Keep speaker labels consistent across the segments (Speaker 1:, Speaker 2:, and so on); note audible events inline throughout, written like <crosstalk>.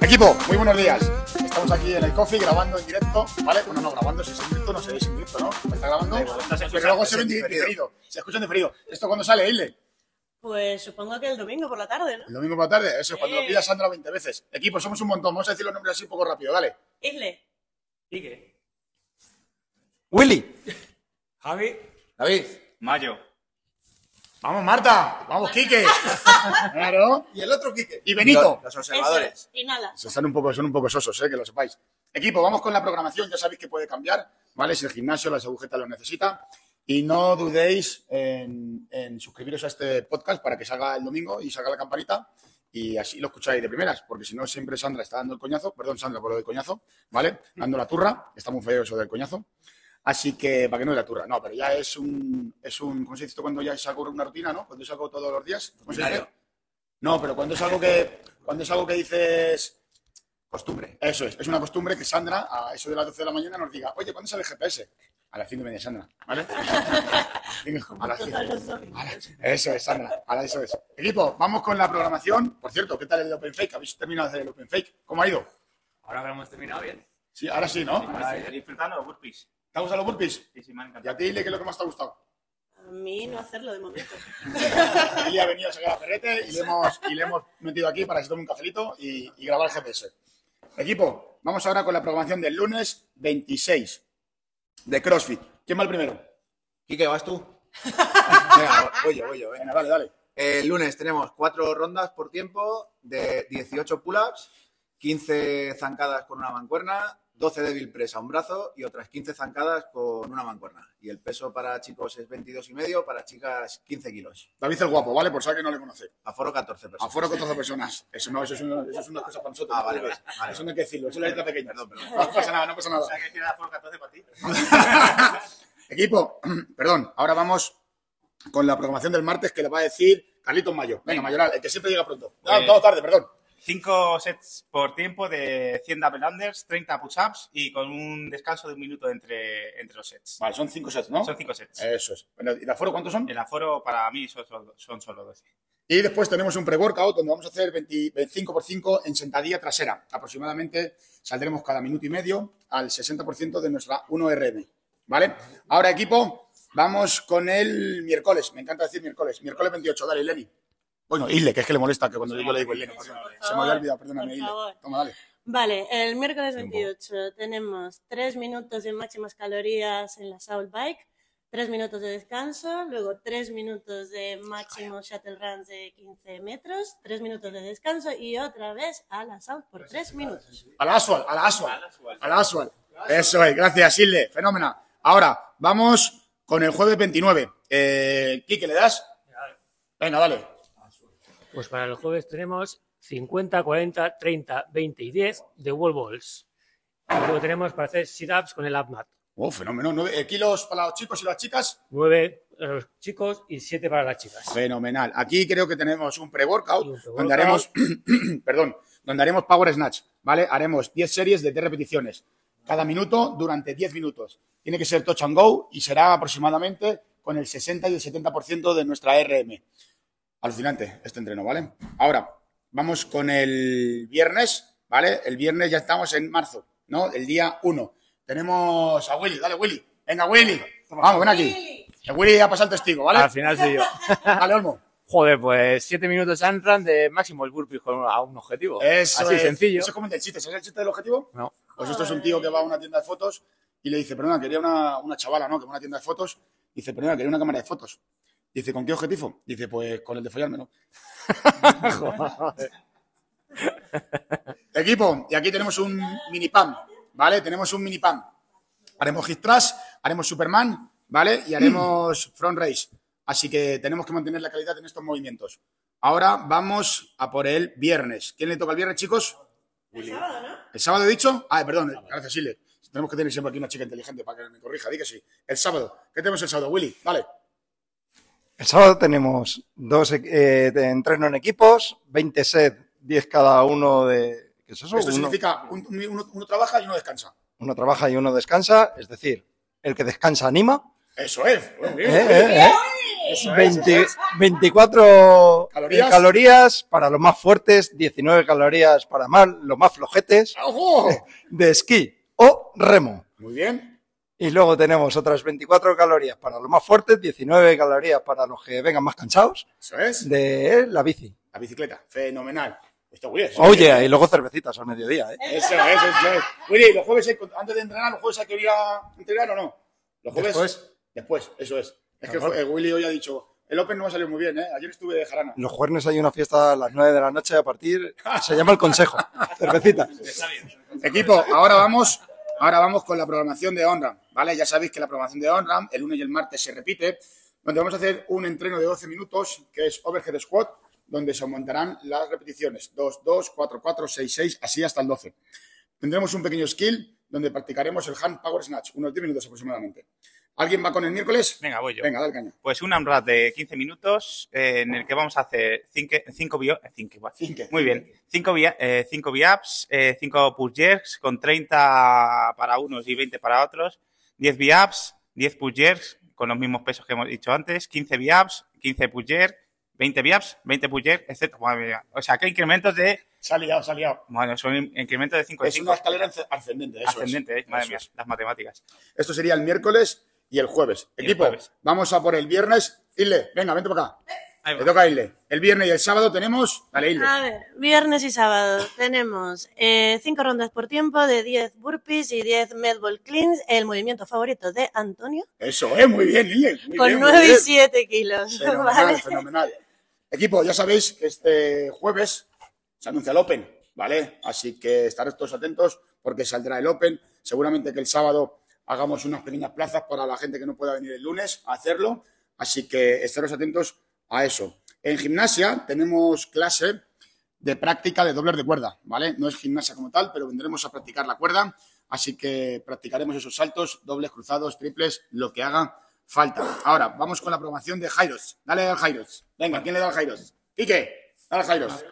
Speaker 1: Equipo, muy buenos días. Estamos aquí en el coffee grabando en directo, ¿vale? Bueno, no, grabando si es en directo, no sé, es en directo, ¿no? ¿Me está grabando?
Speaker 2: Da igual, estás
Speaker 1: Pero
Speaker 2: escuchando,
Speaker 1: luego se
Speaker 2: estás
Speaker 1: ve en
Speaker 2: en diferido.
Speaker 1: diferido. Se escucha en diferido. ¿Esto cuándo sale, Ile?
Speaker 3: Pues supongo que el domingo por la tarde, ¿no?
Speaker 1: El domingo por la tarde, eso, cuando lo
Speaker 3: Sí.
Speaker 1: pida Sandra 20 veces. Equipo, somos un montón, vamos a decir los nombres así un poco rápido, dale.
Speaker 3: Isle,
Speaker 2: ¿Y qué?
Speaker 4: Willy.
Speaker 2: Javi.
Speaker 4: David.
Speaker 2: Mayo.
Speaker 1: ¡Vamos, Marta! ¡Vamos, Quique! claro.
Speaker 4: Y el otro Quique.
Speaker 1: Y Benito.
Speaker 4: Los, los observadores.
Speaker 3: eso, y nada.
Speaker 1: Se Están un poco, son un poco sosos, eh, que lo sepáis. Equipo, vamos con la programación, ya sabéis que puede cambiar, ¿vale? Si el gimnasio, las agujetas lo necesita. Y no dudéis en, en suscribiros a este podcast para que salga el domingo y salga la campanita y así lo escucháis de primeras, porque si no, siempre Sandra está dando el coñazo, perdón, Sandra, por lo del coñazo, ¿vale? Dando la turra, está muy feo eso del coñazo. Así que, para que no es la turra, no, pero ya es un, es un, ¿cómo se dice esto cuando ya salgo una rutina, no? Cuando salgo todos los días, ¿cómo se dice?
Speaker 4: Claro.
Speaker 1: No, pero cuando es algo que, cuando es algo que dices,
Speaker 4: Costumbre.
Speaker 1: eso es, es una costumbre que Sandra, a eso de las 12 de la mañana, nos diga, oye, ¿cuándo sale el GPS? A las 5 y media, Sandra, ¿vale? a las cinco. A las- Eso es, Sandra, a las- eso es. Equipo, vamos con la programación. Por cierto, ¿qué tal el Open Fake? ¿Habéis terminado de hacer el Open Fake? ¿Cómo ha ido?
Speaker 2: Ahora que hemos terminado bien.
Speaker 1: Sí, ahora sí, ¿no?
Speaker 2: Ahora
Speaker 1: ¿Te
Speaker 2: estoy disfrutando de burpees.
Speaker 1: ha gustado los burpees?
Speaker 2: Sí, sí, me
Speaker 1: Y
Speaker 2: han
Speaker 1: a
Speaker 2: encantado.
Speaker 1: ti, Ile, ¿qué es lo que más te ha gustado?
Speaker 3: A mí no hacerlo de momento.
Speaker 1: Ile ha venido a sacar a Ferrete y le hemos, y le hemos metido aquí para que se tome un cafelito y, y grabar el GPS. Equipo, vamos ahora con la programación del lunes 26 de CrossFit. ¿Quién va el primero?
Speaker 4: Quique, ¿vas tú? Venga, voy yo, voy yo. venga.
Speaker 1: <laughs> Venga, dale, dale.
Speaker 4: El lunes tenemos cuatro rondas por tiempo de 18 pull-ups, 15 zancadas con una mancuerna, 12 débil press a un brazo y otras 15 zancadas con una mancuerna. Y el peso para chicos es 22 y medio, para chicas 15 kilos.
Speaker 1: David el guapo, ¿vale? Por si alguien no le conoce.
Speaker 4: Aforo 14 personas.
Speaker 1: Aforo con 12 personas. Eso no, eso es, una, eso es una cosa para nosotros.
Speaker 4: Ah,
Speaker 1: no
Speaker 4: vale,
Speaker 1: te preocupes.
Speaker 4: vale, vale.
Speaker 1: Eso no hay que decirlo, eso es la letra pequeña.
Speaker 4: Perdón, perdón.
Speaker 1: No pasa nada, no pasa
Speaker 2: O
Speaker 1: nada.
Speaker 2: sea que tiene la Ford 14 para ti.
Speaker 1: Equipo, <clears throat> perdón, ahora vamos con la programación del martes que le va a decir Carlitos Mayo. Venga, Mayoral, el que siempre llega pronto. No,
Speaker 2: Eh.
Speaker 1: todo tarde, perdón.
Speaker 2: 5 sets por tiempo de 100 double unders, 30 push-ups y con un descanso de un minuto entre, entre los sets.
Speaker 1: Vale, son 5 sets, ¿no?
Speaker 2: Son 5 sets.
Speaker 1: Eso es. Bueno, ¿y de aforo cuántos son?
Speaker 2: El aforo para mí son, solo- son solo 12.
Speaker 1: Y después tenemos un pre-workout donde vamos a hacer 20 25 por 5 en sentadilla trasera. Aproximadamente saldremos cada minuto y medio al 60% de nuestra 1RM. ¿Vale? Ahora, equipo, vamos con el miércoles. Me encanta decir miércoles. Miércoles 28. Dale, Leni. Bueno, Ile, que es que le molesta que cuando
Speaker 2: Sí,
Speaker 1: yo le digo Ile.
Speaker 2: Ile,
Speaker 1: por
Speaker 2: por
Speaker 1: favor.
Speaker 2: favor.
Speaker 1: Se me había olvidado, perdóname,
Speaker 3: Por
Speaker 1: Ile.
Speaker 3: favor.
Speaker 1: Toma, dale.
Speaker 3: Vale, el miércoles 28 tenemos 3 minutos de máximas calorías en la Soul Bike, 3 minutos de descanso, luego 3 minutos de máximo shuttle runs de 15 metros, 3 minutos de descanso y otra vez a la Soul por 3 minutos.
Speaker 1: A la Aswal, a la Aswal. A la Aswal. Eso es, gracias, Ile. Fenómena. Ahora, vamos con el jueves 29. Eh, Quique, ¿le das? Venga, dale.
Speaker 5: Pues para el jueves tenemos 50, 40, 30, 20 y 10 de wall balls. Y luego tenemos para hacer sit-ups con el APMAT.
Speaker 1: Oh, fenómeno. Nueve eh, kilos para los chicos y las chicas.
Speaker 5: 9 para los chicos y 7 para las chicas.
Speaker 1: Fenomenal. Aquí creo que tenemos un pre-workout
Speaker 5: Y un pre-workout.
Speaker 1: donde haremos, <clears throat> perdón, donde haremos power snatch, ¿vale? Haremos 10 series de 10 repeticiones cada minuto durante 10 minutos. Tiene que ser touch and go y será aproximadamente con el 60 y el 70% de nuestra RM. Alucinante este entreno, ¿vale? Ahora, vamos con el viernes, ¿vale? El viernes ya estamos en marzo, ¿no? El día 1. Tenemos a Willy, dale Willy. Venga, Willy. Vamos, ven aquí. El Willy ha pasado el testigo, ¿vale?
Speaker 6: Al final soy yo.
Speaker 1: Dale, Olmo.
Speaker 6: Joder, pues 7 minutos run de máximo el burpee con a un objetivo.
Speaker 1: Eso
Speaker 6: Así
Speaker 1: es.
Speaker 6: sencillo.
Speaker 1: Eso es como el del chiste. ¿Sabes el chiste del objetivo?
Speaker 6: No.
Speaker 1: Pues esto es un tío que va a una tienda de fotos y le dice, perdona, quería una, una chavala, ¿no? Que va a una tienda de fotos. Dice, perdona, quería una cámara de fotos. Dice, ¿con qué objetivo? Dice, pues con el de follármelo. Equipo, y aquí tenemos un mini pam, ¿vale? Tenemos un mini pam. Haremos hit trash, haremos Superman, ¿vale? Y haremos front race. Así que tenemos que mantener la calidad en estos movimientos. Ahora vamos a por el viernes. ¿Quién le toca el viernes, chicos? ¿El sábado he dicho? Ah, perdón, gracias, Ile. Tenemos que tener siempre aquí una chica inteligente para que me corrija, di que sí. El sábado. ¿Qué tenemos el sábado, Willy? Vale.
Speaker 7: El sábado tenemos dos eh, de entreno en equipos, 20 set, 10 cada uno de... ¿Qué es eso?
Speaker 1: Esto
Speaker 7: Uno-
Speaker 1: significa un- un- uno, uno trabaja y uno descansa.
Speaker 7: uno trabaja y uno descansa, es decir, el que descansa anima
Speaker 1: Eso es. Muy bien.
Speaker 7: ¿Eh? ¿Eh? ¿Eh?
Speaker 1: Eso es.
Speaker 7: 20 24
Speaker 1: ¿Calorías?
Speaker 7: eh, calorías para los más fuertes, 19 calorías para más, los más flojetes,
Speaker 1: ¡Ojo!
Speaker 7: de esquí o remo.
Speaker 1: Muy bien.
Speaker 7: Y luego tenemos otras 24 calorías para los más fuertes, 19 calorías para los que vengan más cansados,
Speaker 1: Eso es.
Speaker 7: de ¿eh? la bici.
Speaker 1: La bicicleta. Fenomenal. Está muy bien.
Speaker 7: Oye, y luego cervecitas al mediodía, ¿eh?
Speaker 1: Eso es, eso es. Oye, ¿y los jueves, hay- antes de entrenar, los jueves hay que ir a entrenar o no? Los jueves.
Speaker 7: Después.
Speaker 1: Después, eso es. Es que
Speaker 7: Claro.
Speaker 1: eh, Willy hoy ha dicho, el Open no va a salir muy bien, ¿eh? Ayer estuve de jarana.
Speaker 7: Los jueves hay una fiesta a las 9 de la noche a partir, se llama el consejo, cervecitas.
Speaker 1: Equipo, ahora vamos, ahora vamos con la programación de OnRAM, ¿vale? Ya sabéis que la programación de OnRAM el lunes y el martes se repite, donde vamos a hacer un entreno de 12 minutos, que es overhead squat, donde se aumentarán las repeticiones, 2, 2, 4, 4, 6, 6, así hasta el 12. Tendremos un pequeño skill donde practicaremos el hand power snatch, unos 10 minutos aproximadamente. ¿Alguien va con el miércoles?
Speaker 2: Venga, voy yo.
Speaker 1: Venga, dale caña.
Speaker 2: Pues un AMRAP de 15 minutos eh, en el que vamos a hacer 5
Speaker 1: Cinque.
Speaker 2: Muy bien. 5 eh, cinco VIAPs, 5 eh, push jerks con 30 para unos y 20 para otros. 10 VIAPs, 10 push jerks con los mismos pesos que hemos dicho antes. 15 VIAPs, 15 push jerks, 20 VIAPs, 20 push jerks, etc. Madre mía. O sea, que incrementos de.
Speaker 1: Se ha liado, se ha liado.
Speaker 2: Bueno, son incrementos de 5 de
Speaker 1: Es
Speaker 2: 5.
Speaker 1: una escalera asce- ascendente, eso es.
Speaker 2: Pues Ascendente, eh, madre
Speaker 1: Eso
Speaker 2: mía,
Speaker 1: es.
Speaker 2: las matemáticas.
Speaker 1: Esto sería el miércoles y el jueves.
Speaker 2: el
Speaker 1: Equipo,
Speaker 2: jueves.
Speaker 1: vamos a por el viernes. Ile, venga, vente para acá.
Speaker 2: Ahí
Speaker 1: Le
Speaker 2: va.
Speaker 1: toca a Ile. El viernes y el sábado tenemos. Dale, Ile.
Speaker 3: A ver, viernes y sábado tenemos eh, cinco rondas por tiempo de 10 burpees y 10 medball cleans, el movimiento favorito de Antonio,
Speaker 1: Eso, eh, muy bien, Ile. Muy
Speaker 3: con
Speaker 1: bien, muy
Speaker 3: 9 y
Speaker 1: bien.
Speaker 3: 7 kilos. <laughs>
Speaker 1: Fenomenal,
Speaker 3: ¿vale?
Speaker 1: fenomenal. Equipo, ya sabéis que este jueves se anuncia el Open, ¿vale? Así que estar todos atentos porque saldrá el Open. Seguramente que el sábado hagamos unas pequeñas plazas para la gente que no pueda venir el lunes a hacerlo. Así que estaros atentos a eso. En gimnasia tenemos clase de práctica de dobles de cuerda, ¿vale? No es gimnasia como tal, pero vendremos a practicar la cuerda. Así que practicaremos esos saltos, dobles, cruzados, triples, lo que haga falta. Ahora, vamos con la programación de Jairos. Dale al Jairos. Venga, ¿quién le da al Jairos? Quique, dale al Jairos.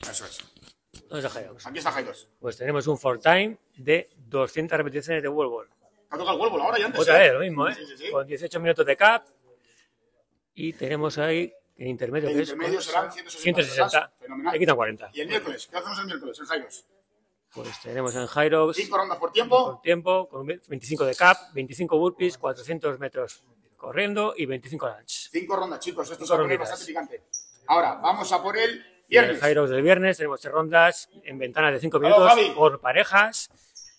Speaker 1: Eso es.
Speaker 5: ¿Dónde está Jairox?
Speaker 1: Aquí está Jairos.
Speaker 5: Pues tenemos un for time de 200 repeticiones de wall ball.
Speaker 1: Ha tocado el huevo ahora y antes.
Speaker 5: Otra
Speaker 1: ¿eh?
Speaker 5: vez, lo mismo, ¿eh?
Speaker 1: Sí, sí, sí.
Speaker 5: Con 18 minutos de cap. Y tenemos ahí el intermedio,
Speaker 1: El
Speaker 5: que es
Speaker 1: intermedio
Speaker 5: con
Speaker 1: serán 160.
Speaker 5: 160.
Speaker 1: Fenomenal.
Speaker 5: Le quitan 40.
Speaker 1: Y el miércoles, ¿qué hacemos el miércoles? El Jairos.
Speaker 5: Pues tenemos en Hyrox
Speaker 1: Cinco rondas por
Speaker 5: por
Speaker 1: tiempo.
Speaker 5: tiempo, con 25 de cap, 25 burpees, 400 metros corriendo y 25 lunch.
Speaker 1: Cinco rondas, chicos. Esto se
Speaker 5: Cinco
Speaker 1: va a poner
Speaker 5: ronditas.
Speaker 1: bastante picante. Ahora, vamos a por el
Speaker 5: Y en el
Speaker 1: viernes.
Speaker 5: Hyrox del viernes tenemos tres rondas en ventanas de 5
Speaker 1: Aló,
Speaker 5: minutos
Speaker 1: Javi.
Speaker 5: por parejas,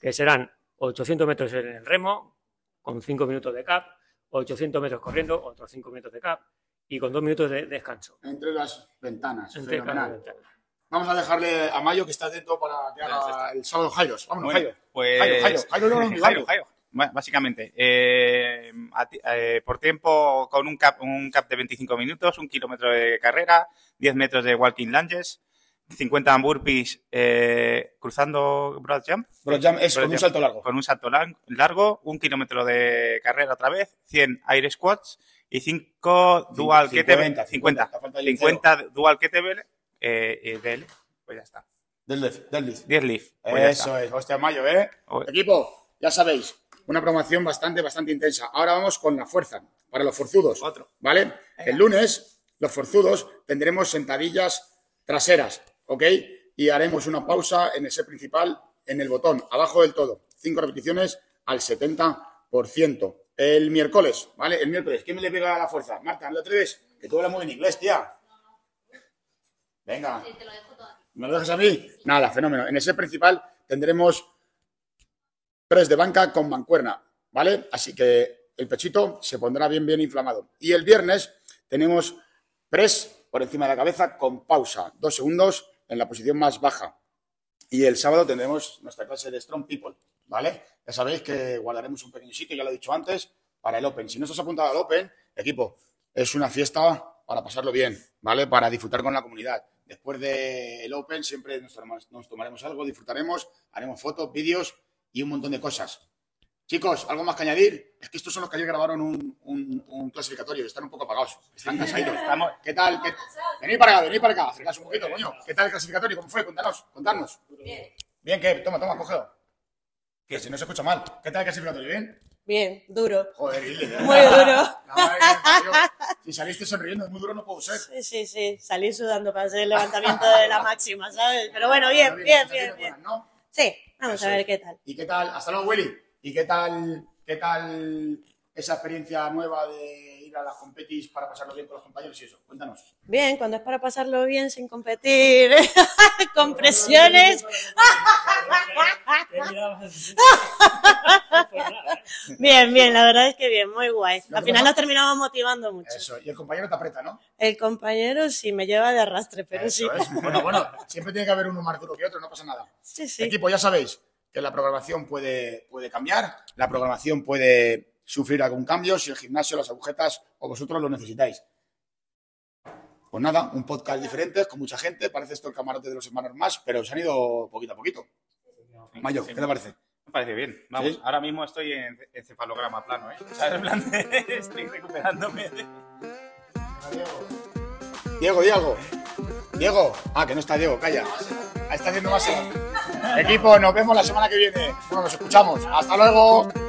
Speaker 5: que serán 800 metros en el remo, con 5 minutos de cap, 800 metros corriendo, otros 5 minutos de cap y con 2 minutos de descanso.
Speaker 1: Entre las ventanas.
Speaker 5: Entre cada
Speaker 1: Fenomenal.
Speaker 5: ventana.
Speaker 1: Vamos a dejarle a Mayo que está atento para que haga el sábado Jairos. Vámonos,
Speaker 2: Bueno,
Speaker 1: Jairo.
Speaker 2: pues.
Speaker 1: Jairo, Jairo, Jairo, no, no, no, Jairo.
Speaker 2: Jairo. Bueno, Básicamente, eh, a ti- eh, por tiempo, con un cap, un cap de 25 minutos, un kilómetro de carrera, 10 metros de walking lunges, 50 burpees eh, cruzando broad jump,
Speaker 1: Pero ya es
Speaker 2: Pero
Speaker 1: con un
Speaker 2: ya-
Speaker 1: salto largo.
Speaker 2: con un salto lan- largo, un kilómetro de carrera otra vez, 100 air squats y 5 dual kettlebell,
Speaker 1: 50,
Speaker 2: 50,
Speaker 1: 50, falta el
Speaker 2: 50 dual kettlebell eh, eh, del, pues ya está,
Speaker 1: Deadlift, deadlift.
Speaker 2: 10 lift, pues ya
Speaker 1: Eso
Speaker 2: está.
Speaker 1: es, hostia, mayo, ¿eh?
Speaker 2: O-
Speaker 1: Equipo, ya sabéis, una programación bastante, bastante intensa. Ahora vamos con la fuerza, para los forzudos.
Speaker 2: Otro.
Speaker 1: ¿Vale? El lunes, los forzudos, tendremos sentadillas traseras, ¿ok? Y haremos una pausa en el set principal, en el botón, abajo del todo. Cinco repeticiones al 70%. El miércoles, ¿vale? El miércoles, ¿quién me le pega a la fuerza? Marta, ¿no te atreves? Que tú hablas muy en inglés, tía. Venga. ¿Me lo dejas a mí? Nada, fenómeno. En el set principal tendremos press de banca con mancuerna, ¿vale? Así que el pechito se pondrá bien, bien inflamado. Y el viernes tenemos press por encima de la cabeza con pausa, dos segundos en la posición más baja. Y el sábado tendremos nuestra clase de Strong People, ¿vale? Ya sabéis que guardaremos un pequeño sitio, ya lo he dicho antes, para el Open. Si no estás apuntado al Open, equipo, es una fiesta para pasarlo bien, ¿vale? Para disfrutar con la comunidad. Después del Open siempre nos tomamos- nos tomaremos algo, disfrutaremos, haremos fotos, vídeos y un montón de cosas. Chicos, ¿algo más que añadir? Es que estos son los que ayer grabaron un, un- un clasificatorio, están un poco apagados, están cansados. Estamos... ¿Qué tal? ¿Qué- Venid para acá, venid para acá, acercaos un poquito, coño. ¿Qué tal el clasificatorio? ¿Cómo fue? Contanos, contarnos. Bien. Bien, ¿qué? Toma, toma, cogeo. Que si no se escucha mal. ¿Qué tal el clasificatorio? ¿Bien?
Speaker 3: Bien, duro.
Speaker 1: Joder, Ile.
Speaker 3: Muy duro.
Speaker 1: La madre que me parió. eh, Si saliste sonriendo, es muy duro, no puedo ser.
Speaker 3: Sí, sí, sí. Salí sudando para hacer el levantamiento de la máxima, ¿sabes? Pero bueno, bien,
Speaker 1: Está
Speaker 3: bien,
Speaker 1: está
Speaker 3: bien, bien.
Speaker 1: buenas, ¿no?
Speaker 3: Sí, vamos a
Speaker 1: Eso
Speaker 3: ver
Speaker 1: es.
Speaker 3: qué tal.
Speaker 1: ¿Y qué tal? Hasta luego, Willy. ¿Y qué tal, qué tal esa experiencia nueva de ir a las competis para pasarlo bien con los compañeros y eso? Cuéntanos.
Speaker 3: Bien, cuando es para pasarlo bien sin competir, <laughs> con presiones. Bien, bien, la verdad es que bien, muy guay.
Speaker 1: Lo
Speaker 3: Al
Speaker 1: que
Speaker 3: final
Speaker 1: pasa-
Speaker 3: nos terminamos motivando mucho.
Speaker 1: Eso. Y el compañero te aprieta, ¿no?
Speaker 3: El compañero sí me lleva de arrastre, pero sí.
Speaker 1: Eso es. Bueno, bueno, siempre tiene que haber uno más duro que otro, no pasa nada.
Speaker 3: Sí, sí.
Speaker 1: Equipo, ya sabéis que la programación puede, puede cambiar, la programación puede sufrir algún cambio si el gimnasio, las agujetas o vosotros lo necesitáis. Pues nada, un podcast diferente, con mucha gente, parece esto el camarote de los hermanos más, pero se han ido poquito a poquito. Mayo, ¿qué te parece?
Speaker 2: Me parece bien. Vamos,
Speaker 1: ¿Sí?
Speaker 2: ahora mismo estoy en, en cefalograma plano, ¿eh? ¿Sabes? En plan de- <laughs> estoy recuperándome. de-
Speaker 1: Diego, Diego, Diego. Ah, que no está Diego, calla. Ah, Está haciendo más. Equipo, nos vemos la semana que viene. Bueno, nos escuchamos. Hasta luego.